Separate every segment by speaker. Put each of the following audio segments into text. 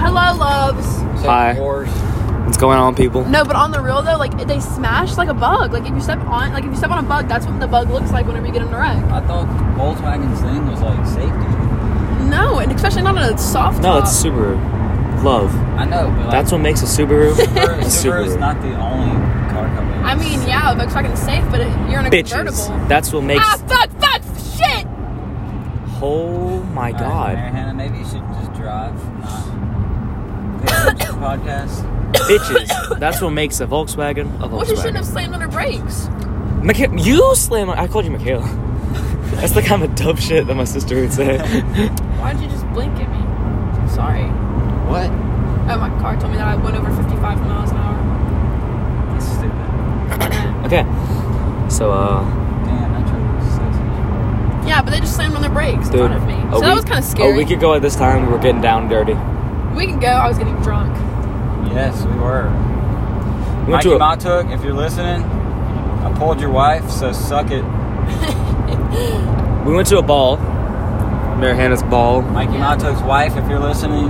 Speaker 1: Hello, loves.
Speaker 2: Hi.
Speaker 3: Wars.
Speaker 2: What's going on, people?
Speaker 1: No, but on the real though, like they smash like a bug. Like if you step on, like if you step on a bug, that's what the bug looks like whenever you get in a wreck.
Speaker 3: I thought Volkswagen's thing was like safety.
Speaker 1: No, and especially not on a soft.
Speaker 2: No,
Speaker 1: top.
Speaker 2: it's Subaru. Love.
Speaker 3: I know, but like,
Speaker 2: That's what makes a Subaru.
Speaker 3: Subaru,
Speaker 2: a
Speaker 3: Subaru's
Speaker 2: Subaru.
Speaker 3: not the only car company.
Speaker 1: I mean, yeah, Volkswagen's safe, but it, you're in a convertible.
Speaker 2: Bitches. That's what makes.
Speaker 1: Ah, fuck, fuck, shit.
Speaker 2: Oh
Speaker 3: All right, Mary
Speaker 2: my god.
Speaker 3: Hannah, maybe you should just drive. Not listen to the podcast.
Speaker 2: Bitches. That's what makes a Volkswagen a
Speaker 1: Well, she shouldn't have
Speaker 2: Volkswagen.
Speaker 1: slammed on her brakes.
Speaker 2: Micha- you slam. I called you Michaela. That's the kind of dumb shit that my sister would say.
Speaker 1: Why'd you just blink at me? Sorry.
Speaker 3: What?
Speaker 1: Oh, my car told me that I went over 55 miles an hour.
Speaker 3: That's stupid.
Speaker 2: okay. So, uh.
Speaker 3: Damn, that truck was sexy.
Speaker 1: yeah, but they just slammed on their brakes
Speaker 2: Dude.
Speaker 1: in front of me.
Speaker 2: a
Speaker 1: So that
Speaker 2: week-
Speaker 1: was kind of
Speaker 2: A
Speaker 1: scary.
Speaker 2: week ago at this time, we were getting down dirty.
Speaker 1: we can go. I was getting drunk.
Speaker 3: Yes, we were.
Speaker 2: We went
Speaker 3: Mikey
Speaker 2: to a-
Speaker 3: Matuk, if you're listening, I pulled your wife, so suck it.
Speaker 2: We went to a ball, Mary Hannah's ball.
Speaker 3: Mikey
Speaker 1: Yeah.
Speaker 3: Matuk's wife, if you're listening,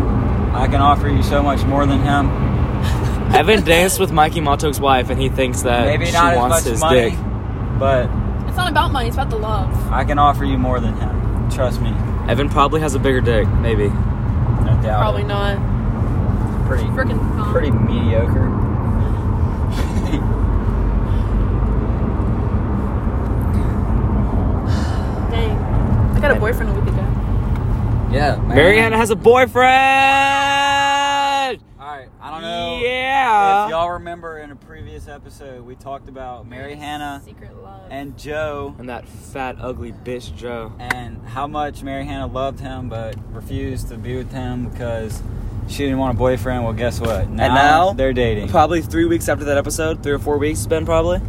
Speaker 3: I can offer you so much more than him.
Speaker 2: Evan danced with Mikey Motok's wife, and he thinks that
Speaker 3: Maybe
Speaker 2: Uh, she
Speaker 3: not as
Speaker 2: wants
Speaker 3: much
Speaker 2: his
Speaker 3: money,
Speaker 2: dick.
Speaker 3: but
Speaker 1: It's not about money. It's about the love.
Speaker 3: I can offer you more than him. Trust me.
Speaker 2: Evan probably has a bigger dick, maybe.
Speaker 3: No doubt.
Speaker 1: Probably not.
Speaker 3: Pretty,
Speaker 1: Freaking um,
Speaker 3: pretty mediocre.
Speaker 1: Dang. I got a boyfriend a week ago.
Speaker 3: Yeah.
Speaker 2: Mary Hannah has a boyfriend.
Speaker 3: All right. I don't know. If
Speaker 2: Yeah.
Speaker 3: y'all remember in a previous episode, we talked about Mary Hannah
Speaker 1: Secret love.
Speaker 3: and Joe
Speaker 2: And that fat, ugly bitch Joe.
Speaker 3: and how much Mary Hannah loved him but refused to be with him because she didn't want a boyfriend. Well, guess what? Now,
Speaker 2: now-
Speaker 3: they're dating.
Speaker 2: Probably three weeks after that episode, three or four weeks, it's been probably.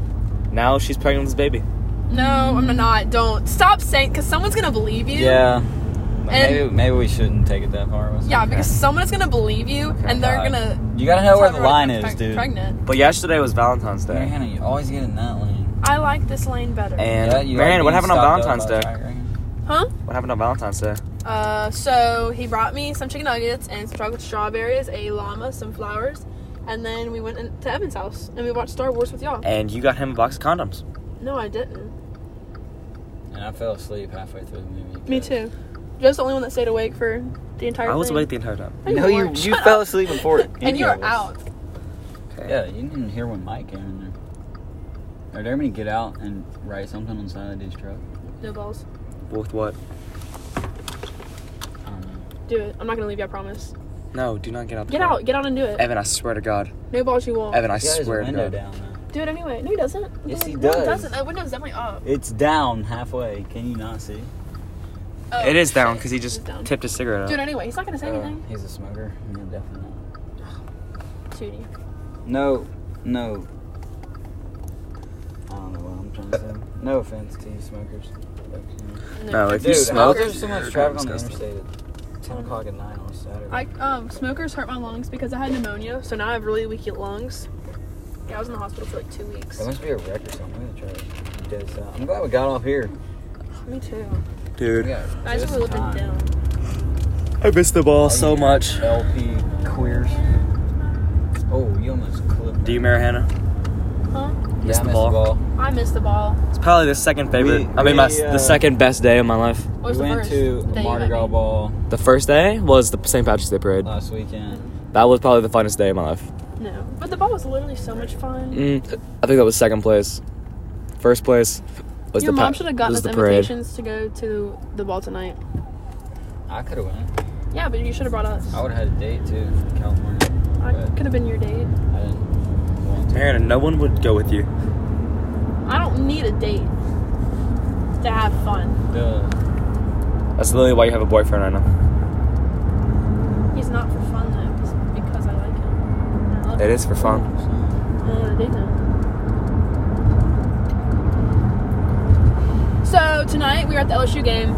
Speaker 2: Now she's pregnant with this baby.
Speaker 1: no, I'm not. Don't stop saying because someone's gonna believe you.
Speaker 3: yeah. But
Speaker 1: And-
Speaker 3: maybe maybe we shouldn't take it that far. was it?
Speaker 1: Yeah, because someone is gonna believe you, and they're
Speaker 3: God.
Speaker 1: gonna.
Speaker 3: you gotta know where the
Speaker 1: tell everyone
Speaker 3: line
Speaker 1: I'm
Speaker 3: is,
Speaker 1: preg-
Speaker 3: dude.
Speaker 1: Pregnant.
Speaker 2: But yesterday was Valentine's
Speaker 3: Mary
Speaker 2: Day.
Speaker 3: Hannah, you always get in that lane.
Speaker 1: I like this lane better.
Speaker 2: And
Speaker 3: Yeah, you
Speaker 2: Mary
Speaker 3: like
Speaker 2: Hannah, what
Speaker 3: being
Speaker 2: happened on
Speaker 3: stopped up
Speaker 2: Valentine's
Speaker 3: by a
Speaker 2: Day?
Speaker 3: fire hydrant.
Speaker 1: huh?
Speaker 2: What happened on Valentine's Day?
Speaker 1: Uh, so he brought me some chicken nuggets and some chocolate strawberries, a llama, some flowers, and then we went in- to Evan's house and we watched Star Wars with y'all.
Speaker 2: And you got him a box of condoms.
Speaker 1: No, I didn't.
Speaker 3: And I fell asleep halfway through the movie.
Speaker 1: Me too. Joe's the only one that stayed awake for the entire.
Speaker 2: I was
Speaker 1: thing.
Speaker 2: awake the entire time.
Speaker 1: No, you
Speaker 3: No, you
Speaker 1: weren't.
Speaker 3: you
Speaker 1: Shut
Speaker 3: fell
Speaker 1: up.
Speaker 3: asleep before.
Speaker 1: and you
Speaker 3: are
Speaker 1: were out.
Speaker 3: Yeah, you didn't hear when Mike came in there. Are there any get out and write something on the side of this truck?
Speaker 1: No balls.
Speaker 2: With what?
Speaker 3: I don't know.
Speaker 1: Do it. I'm not gonna leave you. I promise.
Speaker 2: No, do not get out. The
Speaker 1: Get
Speaker 2: car.
Speaker 1: out. Get out and do it.
Speaker 2: Evan, I swear to God.
Speaker 1: No balls. You won't.
Speaker 2: Evan, I
Speaker 3: He got his
Speaker 2: swear to
Speaker 3: window
Speaker 2: God.
Speaker 3: down. though.
Speaker 1: Do it anyway. No, he doesn't.
Speaker 3: Yes, he
Speaker 1: No,
Speaker 3: does.
Speaker 1: doesn't. That window's definitely up.
Speaker 3: It's down halfway. Can you not see?
Speaker 1: Oh,
Speaker 2: It is down
Speaker 1: shit.
Speaker 2: because he just
Speaker 1: It's down.
Speaker 2: tipped Oh. his cigarette
Speaker 1: Do it
Speaker 2: out.
Speaker 1: anyway. He's not gonna say anything.
Speaker 3: Uh, he's a smoker. No, definitely not.
Speaker 1: Tootie.
Speaker 3: No, no. I don't know what I'm trying to say. No offense to you smokers.
Speaker 2: No, if you
Speaker 3: Dude, how
Speaker 2: smoke,
Speaker 3: is there so much
Speaker 2: you're
Speaker 3: traffic on the
Speaker 2: disgusting.
Speaker 3: interstate at 10 o'clock at night on a Saturday?
Speaker 1: I um smokers hurt my lungs because I had pneumonia, so now I have really weak lungs. Yeah, I was in the hospital for like two weeks.
Speaker 3: There must be a wreck or something. I'm gonna try to dead south. I'm glad we got off here.
Speaker 1: Me too.
Speaker 3: We
Speaker 2: dude.
Speaker 3: got
Speaker 1: I just
Speaker 3: just
Speaker 1: were looking
Speaker 3: time.
Speaker 1: down.
Speaker 2: I missed the ball
Speaker 3: All you LP queers. Oh, you almost clipped.
Speaker 2: Do you, Mary Hannah?
Speaker 1: Huh?
Speaker 3: yeah,
Speaker 2: miss
Speaker 3: I
Speaker 2: the
Speaker 3: missed
Speaker 2: ball?
Speaker 1: I missed the ball.
Speaker 2: It's probably the second favorite.
Speaker 3: We-
Speaker 2: I mean, my
Speaker 3: we, uh,
Speaker 2: the second best day of my life.
Speaker 1: What was
Speaker 3: we
Speaker 1: the
Speaker 3: went
Speaker 1: first?
Speaker 3: to
Speaker 1: day
Speaker 3: a
Speaker 1: you
Speaker 3: Mardi
Speaker 1: met
Speaker 3: Gras
Speaker 1: me?
Speaker 3: ball
Speaker 2: The first day was the St. Patrick's Day parade.
Speaker 3: last weekend.
Speaker 2: That was probably the funnest day of my life.
Speaker 1: No, but the ball was literally so much fun.
Speaker 2: Mm, I think that was second place. First place was
Speaker 1: Your
Speaker 2: the
Speaker 1: mom
Speaker 2: pa-
Speaker 1: should have gotten
Speaker 2: was
Speaker 1: us
Speaker 2: the parade.
Speaker 1: invitations to go to the ball tonight.
Speaker 3: I could have went.
Speaker 1: Yeah, but you should have brought us.
Speaker 3: I would have had a date too, in California.
Speaker 1: I
Speaker 3: but-
Speaker 1: could have been your date.
Speaker 3: I didn't want to.
Speaker 2: Mary Hannah, no one would go with you.
Speaker 1: I don't need a date to have fun.
Speaker 3: Duh.
Speaker 2: That's literally why you have a boyfriend right now.
Speaker 1: He's not for fun though, just because I like him. I love
Speaker 2: It
Speaker 1: him.
Speaker 2: is for fun.
Speaker 1: I don't want a date now. So tonight we were at the LSU game,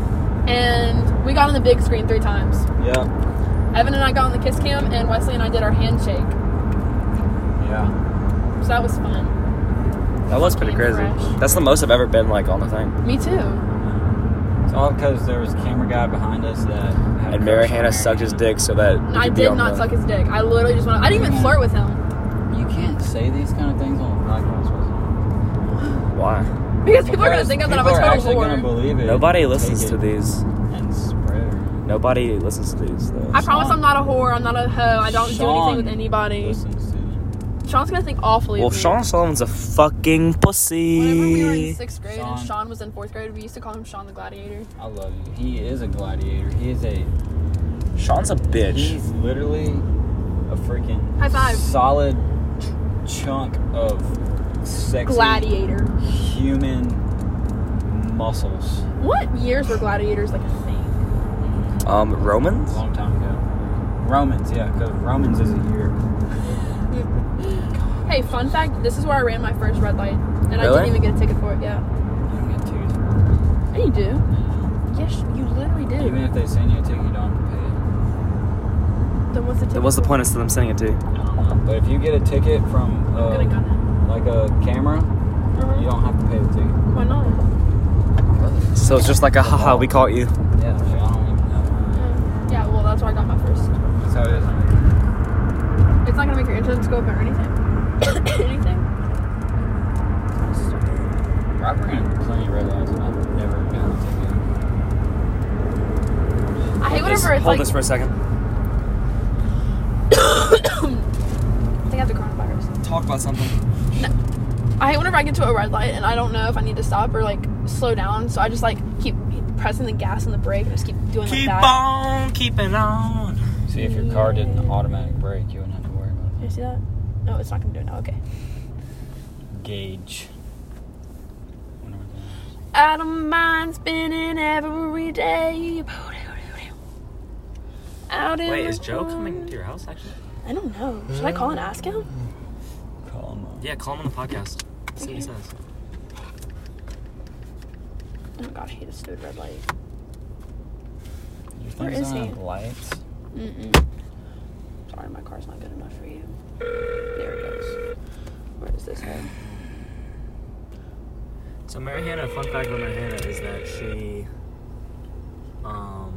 Speaker 1: and we got on the big screen three times.
Speaker 3: Yeah.
Speaker 1: Evan and I got on the kiss cam, and Wesley and I did our handshake.
Speaker 3: Yeah.
Speaker 1: So that was fun.
Speaker 2: That was pretty
Speaker 1: Being
Speaker 2: crazy.
Speaker 1: fresh.
Speaker 2: That's the most I've ever been like on the thing.
Speaker 1: Me too.
Speaker 3: It's all because there was a camera guy behind us that. had a
Speaker 2: And Mary
Speaker 3: crush on
Speaker 2: Hannah sucked his
Speaker 3: Hannah.
Speaker 2: dick so that. we
Speaker 1: I
Speaker 2: could be
Speaker 1: did
Speaker 2: on
Speaker 1: not
Speaker 2: the-
Speaker 1: suck his dick. I literally just want. I didn't even flirt with him
Speaker 3: You can't say these kind of things on the podcast. Wilson.
Speaker 2: Why?
Speaker 1: because people are gonna
Speaker 3: Because
Speaker 1: think I'm a
Speaker 3: people are
Speaker 1: total
Speaker 3: actually gonna
Speaker 1: whore.
Speaker 3: believe it.
Speaker 2: Nobody
Speaker 3: and
Speaker 2: listens
Speaker 3: take
Speaker 2: to
Speaker 3: it
Speaker 2: these.
Speaker 3: And spread. it.
Speaker 2: Nobody listens to these though.
Speaker 1: I promise I'm not a whore. I'm not a hoe. I don't do anything
Speaker 3: Sean
Speaker 1: with anybody.
Speaker 3: Listens to them.
Speaker 1: Sean's gonna think awfully.
Speaker 2: well,
Speaker 1: of me.
Speaker 2: Sean Solomon's a fucking
Speaker 1: Whenever we were
Speaker 2: pussy.
Speaker 1: in sixth grade
Speaker 3: Sean.
Speaker 1: and Sean was in fourth grade, we used to call him Sean the Gladiator.
Speaker 3: I love you. He is a gladiator. He is a.
Speaker 2: Sean's a bitch.
Speaker 3: He's literally a freaking
Speaker 1: High five.
Speaker 3: solid ch- chunk of sexy
Speaker 1: Gladiator.
Speaker 3: human muscles.
Speaker 1: What years were gladiators like a thing?
Speaker 2: Um, Romans.
Speaker 3: long time ago. Romans, yeah, because Romans is a year.
Speaker 1: Hey, fun fact: this is where I ran my first red light, and I didn't
Speaker 2: Really?
Speaker 1: even get a ticket for it. Yeah,
Speaker 3: You don't get tickets for
Speaker 1: and you do. Yes, you literally
Speaker 3: it.
Speaker 1: do.
Speaker 3: Even if they send you a ticket, you don't have to pay
Speaker 1: Then what's the ticket?
Speaker 2: Then What's the
Speaker 1: for?
Speaker 2: point of them sending it to? you?
Speaker 3: it. I don't know. But if you get a ticket from
Speaker 1: I'm gonna
Speaker 3: uh,
Speaker 1: gun
Speaker 3: like a camera,
Speaker 1: it. Uh-huh.
Speaker 3: you don't have to pay the ticket.
Speaker 1: Why not?
Speaker 2: So it's just like a haha, we caught you.
Speaker 3: Yeah, shit, I don't even know.
Speaker 1: Yeah. Yeah, well, that's where I got my first.
Speaker 3: That's how it is.
Speaker 1: It's not gonna make your insurance go up or anything. anything.
Speaker 3: I've ran plenty of red lights and I've never gotten a
Speaker 1: I
Speaker 3: ticket.
Speaker 1: hate
Speaker 2: Just
Speaker 1: whenever it's
Speaker 2: hold
Speaker 1: like.
Speaker 2: this for a second.
Speaker 1: I think I have the coronavirus.
Speaker 2: Talk about something.
Speaker 4: Oh
Speaker 1: I hate whenever I get to a red light and I don't know if I need to stop or like slow down. So I just like keep pressing the gas and the brake and just keep doing
Speaker 2: Keep
Speaker 1: like that.
Speaker 2: on keeping on.
Speaker 3: See, if your car did an automatic brake, you wouldn't have to worry about
Speaker 1: You see that? No, it's not gonna do it now. Okay.
Speaker 3: it. Gauge. Wonder what that is.
Speaker 1: Out of mind, spinning every day. Out of
Speaker 4: Wait, is Joe
Speaker 1: mind.
Speaker 4: coming to your house actually?
Speaker 1: I don't know. Should I call and ask him? Oh,
Speaker 3: Call 'em up.
Speaker 4: Yeah, call him on the podcast. See what he says.
Speaker 1: Oh gosh, he just stood red light.
Speaker 3: Your
Speaker 1: Where
Speaker 3: things
Speaker 1: is
Speaker 3: don't
Speaker 1: he?
Speaker 3: have lights.
Speaker 1: Mm-mm. Sorry, my car's not good enough for you. There it goes. Where is this head?
Speaker 4: So Mary Hannah, fun fact about Mary Hannah is that she um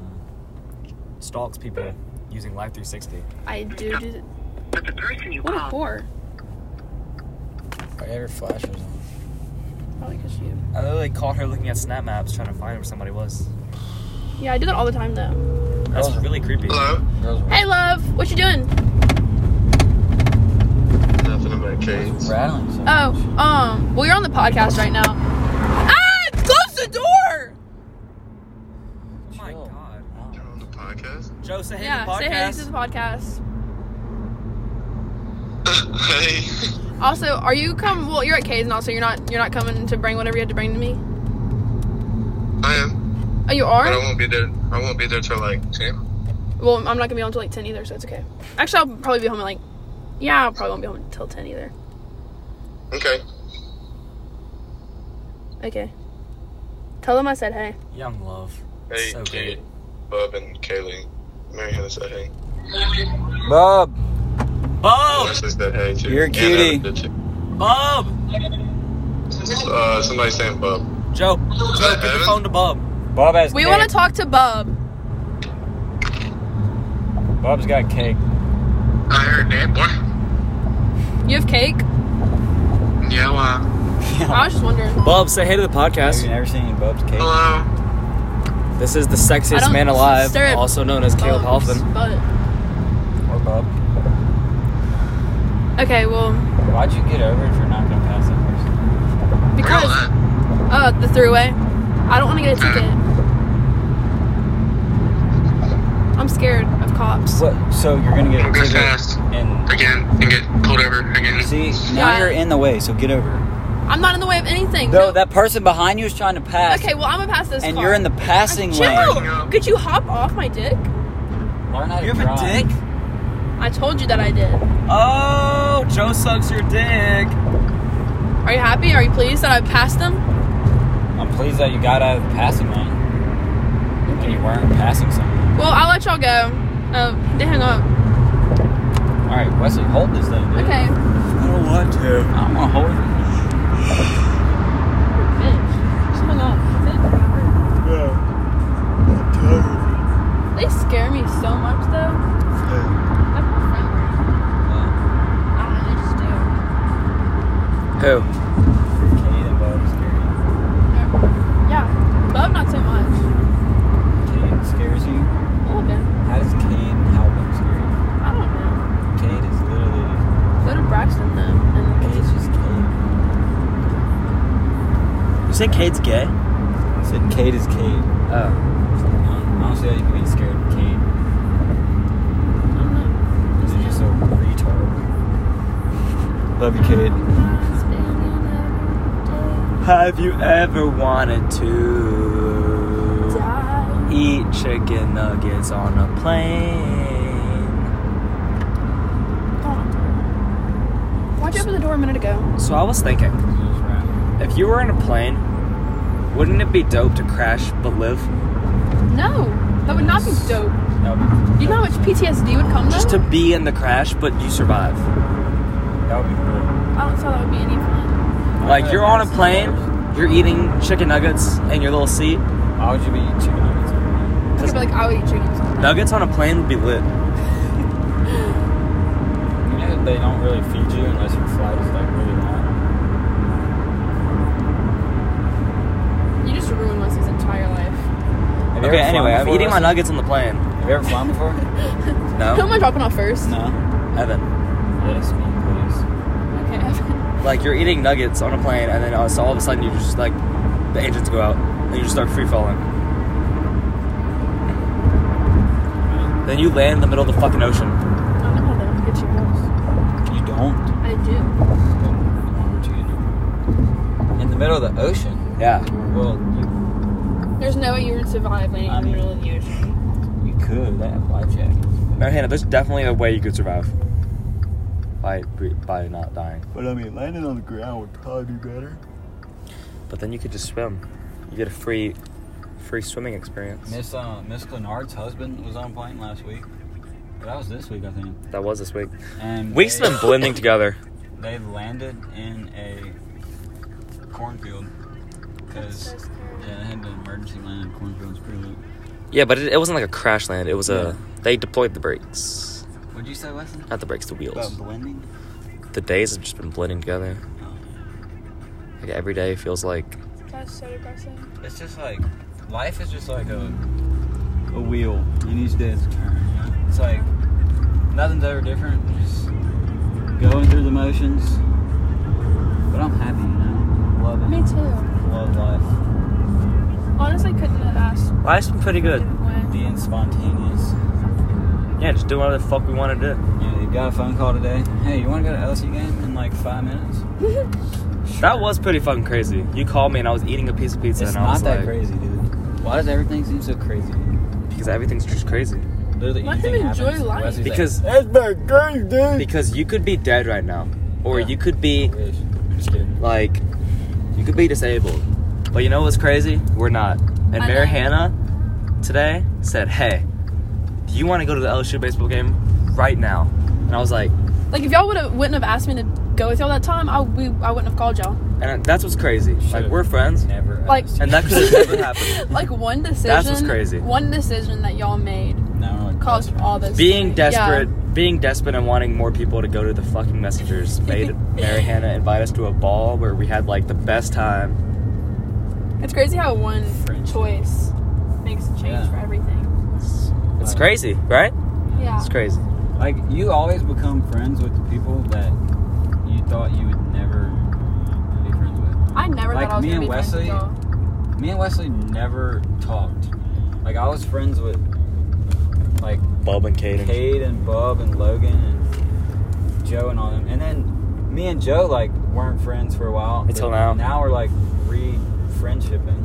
Speaker 4: stalks people using Live 360.
Speaker 1: I do do. th-
Speaker 5: But the person you
Speaker 1: What a
Speaker 5: called
Speaker 1: whore.
Speaker 3: Why are your flashers on?
Speaker 1: Probably because you.
Speaker 4: I literally caught her looking at snap maps trying to find where somebody was.
Speaker 1: Yeah, I do that all the time though.
Speaker 4: That's
Speaker 3: Oh.
Speaker 4: really creepy.
Speaker 6: Hello?
Speaker 3: Girls,
Speaker 1: Hey, love, what you doing?
Speaker 6: Nothing in my case.
Speaker 3: rattling so
Speaker 1: Oh, um, well, you're on the podcast right now. Ah, close the
Speaker 4: Oh
Speaker 1: door.
Speaker 4: my god.
Speaker 6: You're on the podcast?
Speaker 4: Joe, say hey to
Speaker 1: yeah,
Speaker 4: the podcast.
Speaker 1: say hey this is the podcast.
Speaker 6: hey.
Speaker 1: Also, are you come? Well, you're at K's now, so you're not you're not coming to bring whatever you had to bring to me.
Speaker 6: I am.
Speaker 1: Oh, you
Speaker 6: But I
Speaker 1: are.
Speaker 6: won't be there. I won't be there till like 10.
Speaker 1: Well, I'm not gonna be home till like ten either, so it's okay. Actually, I'll probably be home at like. Yeah, I probably won't be home until ten either.
Speaker 6: Okay.
Speaker 1: Okay. Tell them I said hey.
Speaker 4: Young love.
Speaker 6: Hey,
Speaker 4: so
Speaker 6: Kate,
Speaker 4: great.
Speaker 6: Bub, and Kaylee. Mary Hannah said hey.
Speaker 3: Bob,
Speaker 4: Bob!
Speaker 6: Leslie said hey too.
Speaker 3: Oh. You're a
Speaker 6: And uh,
Speaker 3: cutie.
Speaker 6: other bitch.
Speaker 4: Bob!
Speaker 6: Uh, somebody saying Bub.
Speaker 4: Joe, Joe, give the
Speaker 6: Evan?
Speaker 4: phone to Bob.
Speaker 3: Bob has.
Speaker 1: We
Speaker 3: cake.
Speaker 1: want to talk to Bub.
Speaker 3: Bob's got cake.
Speaker 6: I heard that, boy.
Speaker 1: You have cake?
Speaker 6: Yeah, well.
Speaker 1: I was just wondering.
Speaker 2: Bub, say hey to the
Speaker 3: Have you
Speaker 2: podcast.
Speaker 3: never seen any Bob's cake?
Speaker 6: Hello.
Speaker 2: This is the
Speaker 1: I
Speaker 2: sexiest
Speaker 1: don't
Speaker 2: man alive,
Speaker 1: stare at
Speaker 2: also known as Caleb
Speaker 1: Bubs,
Speaker 2: Hoffman.
Speaker 1: But
Speaker 3: Or Bob?
Speaker 1: okay, well,
Speaker 3: Why'd you get over if you're not gonna pass that
Speaker 6: Where
Speaker 1: because.
Speaker 6: y'all at?
Speaker 1: Uh, the throughway. I don't want to get a ticket. I'm scared of cops.
Speaker 3: person? What? So you're gonna get a
Speaker 6: Go
Speaker 3: ticket
Speaker 6: fast.
Speaker 3: and
Speaker 6: Again. And get pulled over again.
Speaker 3: see now
Speaker 1: Yeah.
Speaker 3: you're in the way. So get over.
Speaker 1: I'm not in the way of anything.
Speaker 3: No, that person behind you is trying to pass.
Speaker 1: Okay, well, I'm gonna pass this.
Speaker 3: And
Speaker 1: car.
Speaker 3: you're in the passing lane.
Speaker 1: Chill. Could you hop off my dick?
Speaker 3: Learn how to
Speaker 4: You have
Speaker 3: drive.
Speaker 4: a dick?
Speaker 1: I told you that I did.
Speaker 4: Oh, Joe sucks your dick.
Speaker 1: Are you happy? Are you pleased that I passed them?
Speaker 3: I'm pleased that you got out of the passing lane. And you weren't passing someone.
Speaker 1: Well, I'll let y'all go. Uh, they hung up.
Speaker 3: All right, Wesley, hold this thing. Dude.
Speaker 1: Okay.
Speaker 2: I don't want to.
Speaker 3: I'm gonna hold it.
Speaker 1: Bitch. She hung up.
Speaker 2: Who?
Speaker 3: Kate and Bub scare
Speaker 1: Yeah. Bub, not so much.
Speaker 3: you. Kate scares you.
Speaker 1: A little bit.
Speaker 3: How does Kate and how Bub scare
Speaker 1: I don't know.
Speaker 3: you? Kate is literally
Speaker 1: Go to Braxton though. And
Speaker 3: Kate's just Kate.
Speaker 2: You said Kate's gay?
Speaker 3: I said Kate is Kate.
Speaker 2: Oh.
Speaker 3: I don't see how you can be scared of Kate.
Speaker 1: I don't know.
Speaker 3: You're just a retard. Love you, Kate.
Speaker 2: Have you ever wanted to eat chicken nuggets on a plane?
Speaker 1: Why'd you open the door a minute ago?
Speaker 2: So I was thinking, if you were in a plane, wouldn't it be dope to crash but live?
Speaker 1: No. That would not be dope.
Speaker 3: That would,
Speaker 1: You know how much PTSD would come though?
Speaker 2: Just to be in the crash, but you survive.
Speaker 3: be- that would be cool.
Speaker 1: I don't saw that would be any fun.
Speaker 2: Like you're on a plane, you're eating chicken nuggets in your little seat.
Speaker 3: How would you be eating chicken nuggets? on a plane?
Speaker 1: I could be like, I'll eat chicken. sometime.
Speaker 2: Nuggets on a plane would be lit.
Speaker 3: You know that they don't really feed you unless your flight is like really long.
Speaker 1: You just ruined Leslie's entire life.
Speaker 3: Have you
Speaker 2: Okay,
Speaker 3: ever flown
Speaker 2: anyway, I'm
Speaker 3: before,
Speaker 2: eating my
Speaker 3: Leslie?
Speaker 2: nuggets on the plane.
Speaker 3: Have you ever flown before?
Speaker 1: Who
Speaker 2: Oh. No,
Speaker 1: am I dropping off first?
Speaker 3: no.
Speaker 2: Evan.
Speaker 3: Yes, me, please.
Speaker 1: Okay.
Speaker 2: Like you're eating nuggets on a plane, and then all- so all of a sudden you just like the engines go out, and you just start free falling. Then you land in the middle of the fucking ocean.
Speaker 1: I don't know how to get you girls.
Speaker 3: You don't.
Speaker 1: I do.
Speaker 3: Why would you get it? In the middle of the ocean.
Speaker 2: Yeah.
Speaker 3: Well, you,
Speaker 1: There's no way you would survive landing in the middle of the ocean.
Speaker 3: you could. They have life jackets.
Speaker 2: No, Hannah. There's definitely a way you could survive by bre- by not dying.
Speaker 3: But I mean, landing on the ground would probably be better.
Speaker 2: But then you could just swim. You get a free free swimming experience.
Speaker 3: Miss uh, Miss Glenard's husband was on a plane last week. But that was this week, I think.
Speaker 2: That was this week.
Speaker 3: And
Speaker 2: Weeks
Speaker 3: they,
Speaker 2: have been blending together.
Speaker 3: they landed in a cornfield because yeah, they had an emergency land in a cornfield. It's pretty lit.
Speaker 4: Yeah, but it, it wasn't like a crash land. It was a they deployed the brakes,
Speaker 3: What'd you say, Wesley?
Speaker 4: not the brakes, the wheels.
Speaker 3: About blending? Oh.
Speaker 4: The days have just been blending together. Like every day feels like
Speaker 1: That's so depressing.
Speaker 3: It's just like life is just like a a wheel, and each day is a turn. You know? It's like nothing's ever different. You're Just going through the motions. But I'm happy, you know. Love it.
Speaker 1: Me too.
Speaker 3: Love life.
Speaker 1: Honestly, couldn't have asked.
Speaker 2: Life's been pretty good.
Speaker 1: Way.
Speaker 3: Being spontaneous.
Speaker 2: Yeah, just do whatever the fuck we want to do.
Speaker 3: You know, you got a phone call today. Hey, you want to go to LSU game in like five minutes?
Speaker 2: That was pretty fucking crazy. You called me and I was eating a piece of pizza
Speaker 3: It's
Speaker 2: and I
Speaker 3: not
Speaker 2: was
Speaker 3: that
Speaker 2: like,
Speaker 3: crazy, dude. Why does everything seem so crazy?
Speaker 2: because everything's just ccrazy.
Speaker 3: Literally,
Speaker 1: Let
Speaker 3: anything
Speaker 1: him enjoy
Speaker 3: happens,
Speaker 1: life.
Speaker 3: Wesley's like,
Speaker 2: Because-
Speaker 3: that's my great, dude.
Speaker 2: Because you could be dead right now, or
Speaker 3: Yeah.
Speaker 2: you could be
Speaker 3: Wish. Just kidding.
Speaker 2: like, you could be disabled. But you know what's crazy? We're not. And
Speaker 1: I know.
Speaker 2: Mayor Hannah today said, "Hey, do you want to go to the LSU baseball game right now?" And I was like,
Speaker 1: Like if y'all would have wouldn't have asked me to go with y'all that time, I we I wouldn't have called y'all.
Speaker 2: and that's what's crazy. Like
Speaker 3: Should've
Speaker 2: we're friends,
Speaker 3: Never.
Speaker 1: Like-
Speaker 3: asked.
Speaker 2: and that could have never happened.
Speaker 1: Like one decision.
Speaker 2: what's crazy.
Speaker 1: One decision that y'all made
Speaker 3: Now we're like,
Speaker 1: caused all this.
Speaker 2: Being
Speaker 1: Yeah.
Speaker 2: desperate, being desperate, and wanting more people to go to the fucking messengers made Mary Hannah invite us to a ball where we had like the best time.
Speaker 1: It's crazy how one
Speaker 3: Friendship.
Speaker 1: choice makes a change
Speaker 3: Yeah.
Speaker 1: for everything.
Speaker 2: It's crazy, right?
Speaker 1: Yeah.
Speaker 2: It's crazy.
Speaker 3: Like you always become friends with the people that you thought you would never be friends with.
Speaker 1: I never
Speaker 3: Like
Speaker 1: thought I was
Speaker 3: me
Speaker 1: gonna
Speaker 3: and
Speaker 1: be friends with
Speaker 3: Wesley,
Speaker 1: y'all.
Speaker 3: Me and Wesley never talked. Like I was friends with like
Speaker 4: Bub and Caden.
Speaker 3: Cade and Bub and Logan and Joe and all them. And then me and Joe like weren't friends for a while. but
Speaker 2: Until now.
Speaker 3: Now we're like re friendshipping.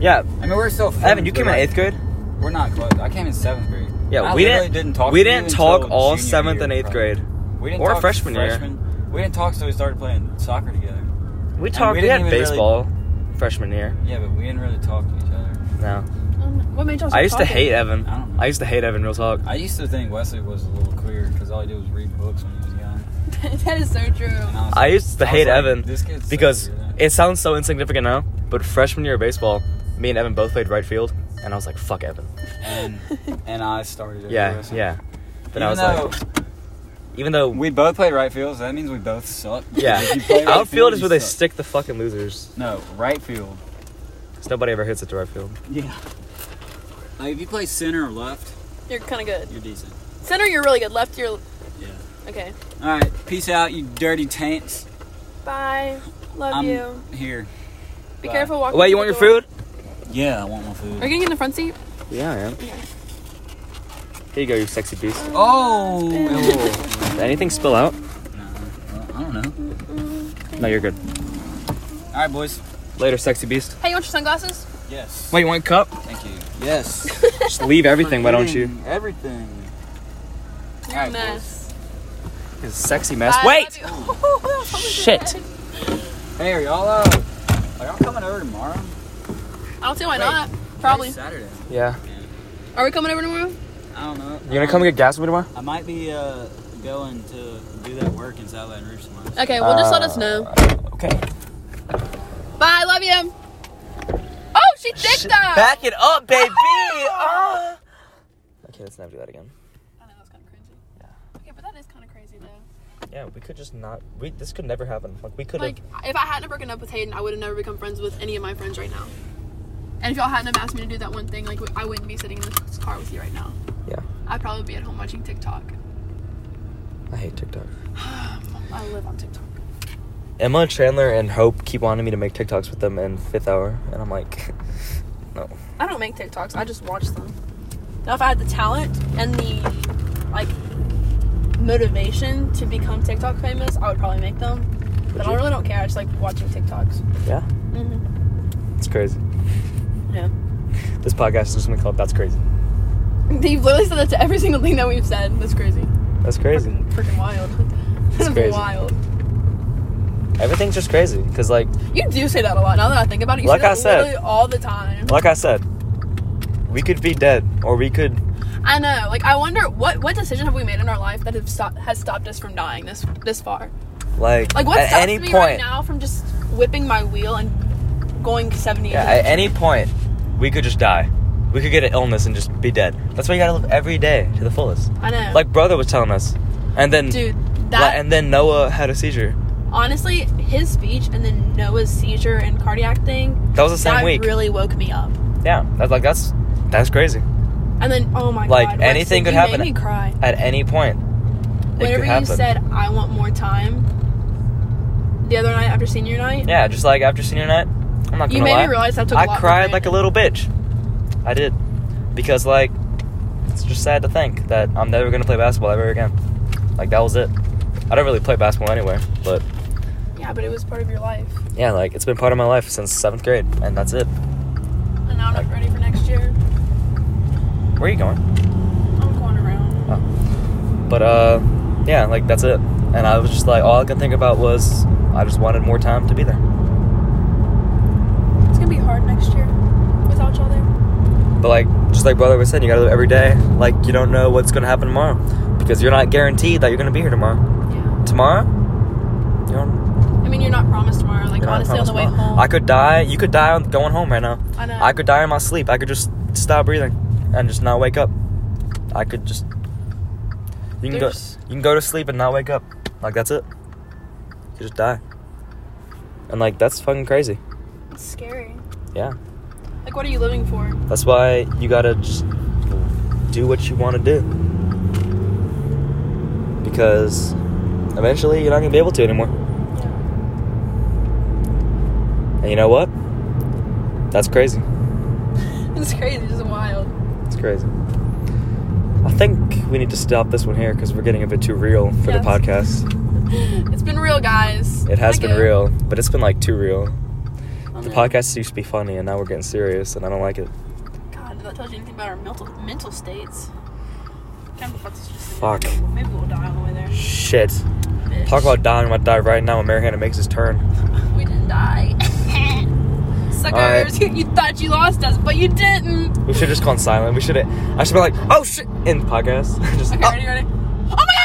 Speaker 2: Yeah,
Speaker 3: I mean we're still friends.
Speaker 2: Evan, you
Speaker 3: but,
Speaker 2: came in
Speaker 3: like,
Speaker 2: eighth grade.
Speaker 3: We're not close. I came in seventh grade.
Speaker 2: Yeah,
Speaker 3: I
Speaker 2: we
Speaker 3: literally
Speaker 2: didn't,
Speaker 3: didn't talk.
Speaker 2: We
Speaker 3: to you
Speaker 2: didn't
Speaker 3: until
Speaker 2: talk all
Speaker 3: junior
Speaker 2: seventh
Speaker 3: year,
Speaker 2: and eighth
Speaker 3: probably.
Speaker 2: grade.
Speaker 3: We didn't
Speaker 2: Or
Speaker 3: talk
Speaker 2: freshman year.
Speaker 3: We didn't talk till we started playing soccer together.
Speaker 2: We talked.
Speaker 3: we
Speaker 2: We,
Speaker 3: didn't even
Speaker 2: had
Speaker 3: really-
Speaker 2: baseball freshman year.
Speaker 3: Yeah, but we didn't really talk to each other.
Speaker 2: No,
Speaker 1: Um, What made y'all?
Speaker 2: I used to
Speaker 1: stop talking?
Speaker 2: hate Evan.
Speaker 3: I don't know.
Speaker 2: I used to hate Evan. Real talk.
Speaker 3: I used to think Wesley was a little queer because all he did was read books when he was young.
Speaker 1: that is so true.
Speaker 3: And I, was
Speaker 2: I
Speaker 3: like-
Speaker 2: used to
Speaker 3: I was
Speaker 2: hate
Speaker 3: like,
Speaker 2: Evan
Speaker 3: this kid's so
Speaker 2: because
Speaker 3: weird.
Speaker 2: it sounds so insignificant now, but freshman year of baseball, me and Evan both played right field, and I was like, "Fuck Evan."
Speaker 3: and, and I started. it
Speaker 2: Yeah,
Speaker 3: with Wesley.
Speaker 2: yeah. Then
Speaker 3: Even
Speaker 2: I was
Speaker 3: though
Speaker 2: like, Even though
Speaker 3: We both played right field, so that means we both suck.
Speaker 2: Yeah.
Speaker 3: If you play right
Speaker 2: outfield is
Speaker 3: you
Speaker 2: where they
Speaker 3: suck.
Speaker 2: stick the fucking losers.
Speaker 3: No, right field.
Speaker 2: 'Cause nobody ever hits it to right field.
Speaker 3: Yeah. Like if you play center or left,
Speaker 1: You're kind of good.
Speaker 3: you're decent.
Speaker 1: Center, you're really good. Left, you're
Speaker 3: Yeah.
Speaker 1: okay.
Speaker 3: All right, peace out, you dirty tanks.
Speaker 1: Bye. Love
Speaker 3: I'm
Speaker 1: you.
Speaker 3: here.
Speaker 1: Be
Speaker 3: bye.
Speaker 1: careful walking.
Speaker 2: Wait, you
Speaker 1: through
Speaker 2: want your
Speaker 1: the door.
Speaker 2: food?
Speaker 3: Yeah, I want my food.
Speaker 1: Are you gonna get in the front seat?
Speaker 2: Yeah, I am. Um, Here you go, you sexy beast.
Speaker 3: oh.
Speaker 2: Did anything spill out?
Speaker 3: Well, I don't know.
Speaker 2: No, you're good.
Speaker 3: All right, boys.
Speaker 2: Later, sexy beast.
Speaker 1: Hey, you want your sunglasses?
Speaker 3: Yes.
Speaker 2: Wait, you want a cup?
Speaker 3: Thank you. Yes.
Speaker 2: Just leave everything, why don't you?
Speaker 3: Everything.
Speaker 1: You're
Speaker 3: Alright,
Speaker 1: a mess.
Speaker 2: It's a sexy mess.
Speaker 3: Uh,
Speaker 1: Bye,
Speaker 2: Wait!
Speaker 1: love you.
Speaker 2: Shit.
Speaker 3: Hey, are y'all uh, are y'all coming over tomorrow?
Speaker 1: I don't see why not. Probably.
Speaker 3: It's Saturday.
Speaker 2: Yeah.
Speaker 1: Are we coming over tomorrow?
Speaker 3: I don't know.
Speaker 2: You gonna come get gas with me tomorrow?
Speaker 3: I might be uh going to do that work in South Baton Rouge tomorrow.
Speaker 1: Okay, well, just let
Speaker 2: Uh,
Speaker 1: us know.
Speaker 2: Okay.
Speaker 1: Bye, love you. Oh, she did that.
Speaker 2: Back it up, baby! Ah. Okay, let's never do that again.
Speaker 1: I know that's kind of crazy. Yeah. Okay, but that is kind of crazy though.
Speaker 2: Yeah, we could just not. We This could never happen. Like, we could have.
Speaker 1: Like, if I hadn't have broken up with Hayden, I would have never become friends with any of my friends right now. And if y'all hadn't have asked me to do that one thing, like I wouldn't be sitting in this car with you right now.
Speaker 2: Yeah.
Speaker 1: I'd probably be at home watching TikTok.
Speaker 2: I hate TikTok.
Speaker 1: I live on TikTok.
Speaker 2: Emma Chandler and Hope keep wanting me to make TikToks with them in fifth hour, and I'm like, no.
Speaker 1: I don't make TikToks. I just watch them. Now, if I had the talent and the like motivation to become TikTok famous, I would probably make them. But I
Speaker 2: you?
Speaker 1: really don't care. I just like watching TikToks.
Speaker 2: Yeah,
Speaker 1: Mm-hmm.
Speaker 2: it's crazy.
Speaker 1: Yeah.
Speaker 2: This podcast is just gonna be called "That's Crazy."
Speaker 1: You've literally said that to every single thing that we've said. That's crazy.
Speaker 2: That's crazy.
Speaker 1: Freaking, freaking wild. That's
Speaker 2: crazy.
Speaker 1: wild.
Speaker 2: Everything's just crazy because, like,
Speaker 1: You do say that a lot. Now that I think about it, you
Speaker 2: Like
Speaker 1: say that
Speaker 2: I said.
Speaker 1: literally all the time.
Speaker 2: like I said, we could be dead, or we could.
Speaker 1: I know. Like I wonder what what decision have we made in our life that have stop, has stopped us from dying this this far.
Speaker 2: Like,
Speaker 1: Like what
Speaker 2: at
Speaker 1: stops
Speaker 2: any
Speaker 1: me
Speaker 2: point,
Speaker 1: right now from just whipping my wheel and going 70?
Speaker 2: yeah, at any point, we could just die. We could get an illness and just be dead. That's why you gotta live every day to the fullest.
Speaker 1: I know.
Speaker 2: Like brother was telling us, and then
Speaker 1: dude,
Speaker 2: like,
Speaker 1: that
Speaker 2: and then Noah had a seizure.
Speaker 1: honestly, his speech and then Noah's seizure and cardiac thing
Speaker 2: That was the same
Speaker 1: that
Speaker 2: week.
Speaker 1: really woke me up.
Speaker 2: yeah, that's like that's that's crazy.
Speaker 1: And then oh my
Speaker 2: Like,
Speaker 1: god, Weston,
Speaker 2: anything could
Speaker 1: you
Speaker 2: happen.
Speaker 1: Made me cry.
Speaker 2: At any point, it
Speaker 1: Whenever
Speaker 2: could
Speaker 1: you
Speaker 2: happen.
Speaker 1: said I want more time, the other night after senior night,
Speaker 2: Yeah, just like after senior night, I'm not
Speaker 1: you
Speaker 2: gonna
Speaker 1: made
Speaker 2: lie.
Speaker 1: me realize I took. a
Speaker 2: I
Speaker 1: lot for
Speaker 2: cried like
Speaker 1: granted.
Speaker 2: a little bitch. I did, because like it's just sad to think that I'm never gonna play basketball ever again. Like that was it. I don't really play basketball anyway, but
Speaker 1: Yeah, but it was part of your life,
Speaker 2: yeah, like it's been part of my life since seventh grade, and that's it.
Speaker 1: and now I'm not ready for next year.
Speaker 2: Where are you going?
Speaker 1: I'm going around.
Speaker 2: But uh, yeah, like that's it. And I was just like, all I could think about was I just wanted more time to be there.
Speaker 1: It's gonna be hard next year without y'all there.
Speaker 2: But like, just like brother was saying, you gotta live every day. Like you don't know what's gonna happen tomorrow because you're not guaranteed that you're gonna be here tomorrow.
Speaker 1: Yeah.
Speaker 2: Tomorrow, you don't.
Speaker 1: I mean, you're not promised tomorrow. Like
Speaker 2: you're not
Speaker 1: honestly, on the
Speaker 2: promised
Speaker 1: way
Speaker 2: tomorrow.
Speaker 1: home,
Speaker 2: I could die. You could die on going home right now.
Speaker 1: I know.
Speaker 2: I could die in my sleep. I could just stop breathing and just not wake up. I could just. You can
Speaker 1: There's-
Speaker 2: go. You can go to sleep and not wake up. Like that's it. You just die. And like that's fucking crazy.
Speaker 1: It's scary.
Speaker 2: Yeah.
Speaker 1: Like, what are you living for?
Speaker 2: That's why you gotta just do what you want to do. Because eventually you're not gonna be able to anymore. And you know what? That's crazy.
Speaker 1: It's crazy. It's wild.
Speaker 2: It's crazy. I think we need to stop this one here because we're getting a bit too real for
Speaker 1: Yes.
Speaker 2: the podcast.
Speaker 1: It's been real, guys.
Speaker 2: It has
Speaker 1: Like Oh
Speaker 2: been
Speaker 1: a-
Speaker 2: real, but it's been like too real.
Speaker 3: I
Speaker 2: The
Speaker 3: mean,
Speaker 2: podcast used to be funny, and now we're getting serious, and I don't like it.
Speaker 1: God, if that tells you anything about our mental mental states. Kind of fuck this just
Speaker 2: Fuck.
Speaker 1: Maybe we'll die on the way there.
Speaker 2: Shit.
Speaker 1: Bitch.
Speaker 2: Talk about dying. I'm about to die right now when Mary Hannah makes his turn.
Speaker 1: We didn't die. Suckers, you thought you lost us, but you didn't.
Speaker 2: We should have just gone silent. We should have. I should be like, oh shit, in podcast. just
Speaker 1: Okay,
Speaker 2: "Oh."
Speaker 1: ready, ready? Oh my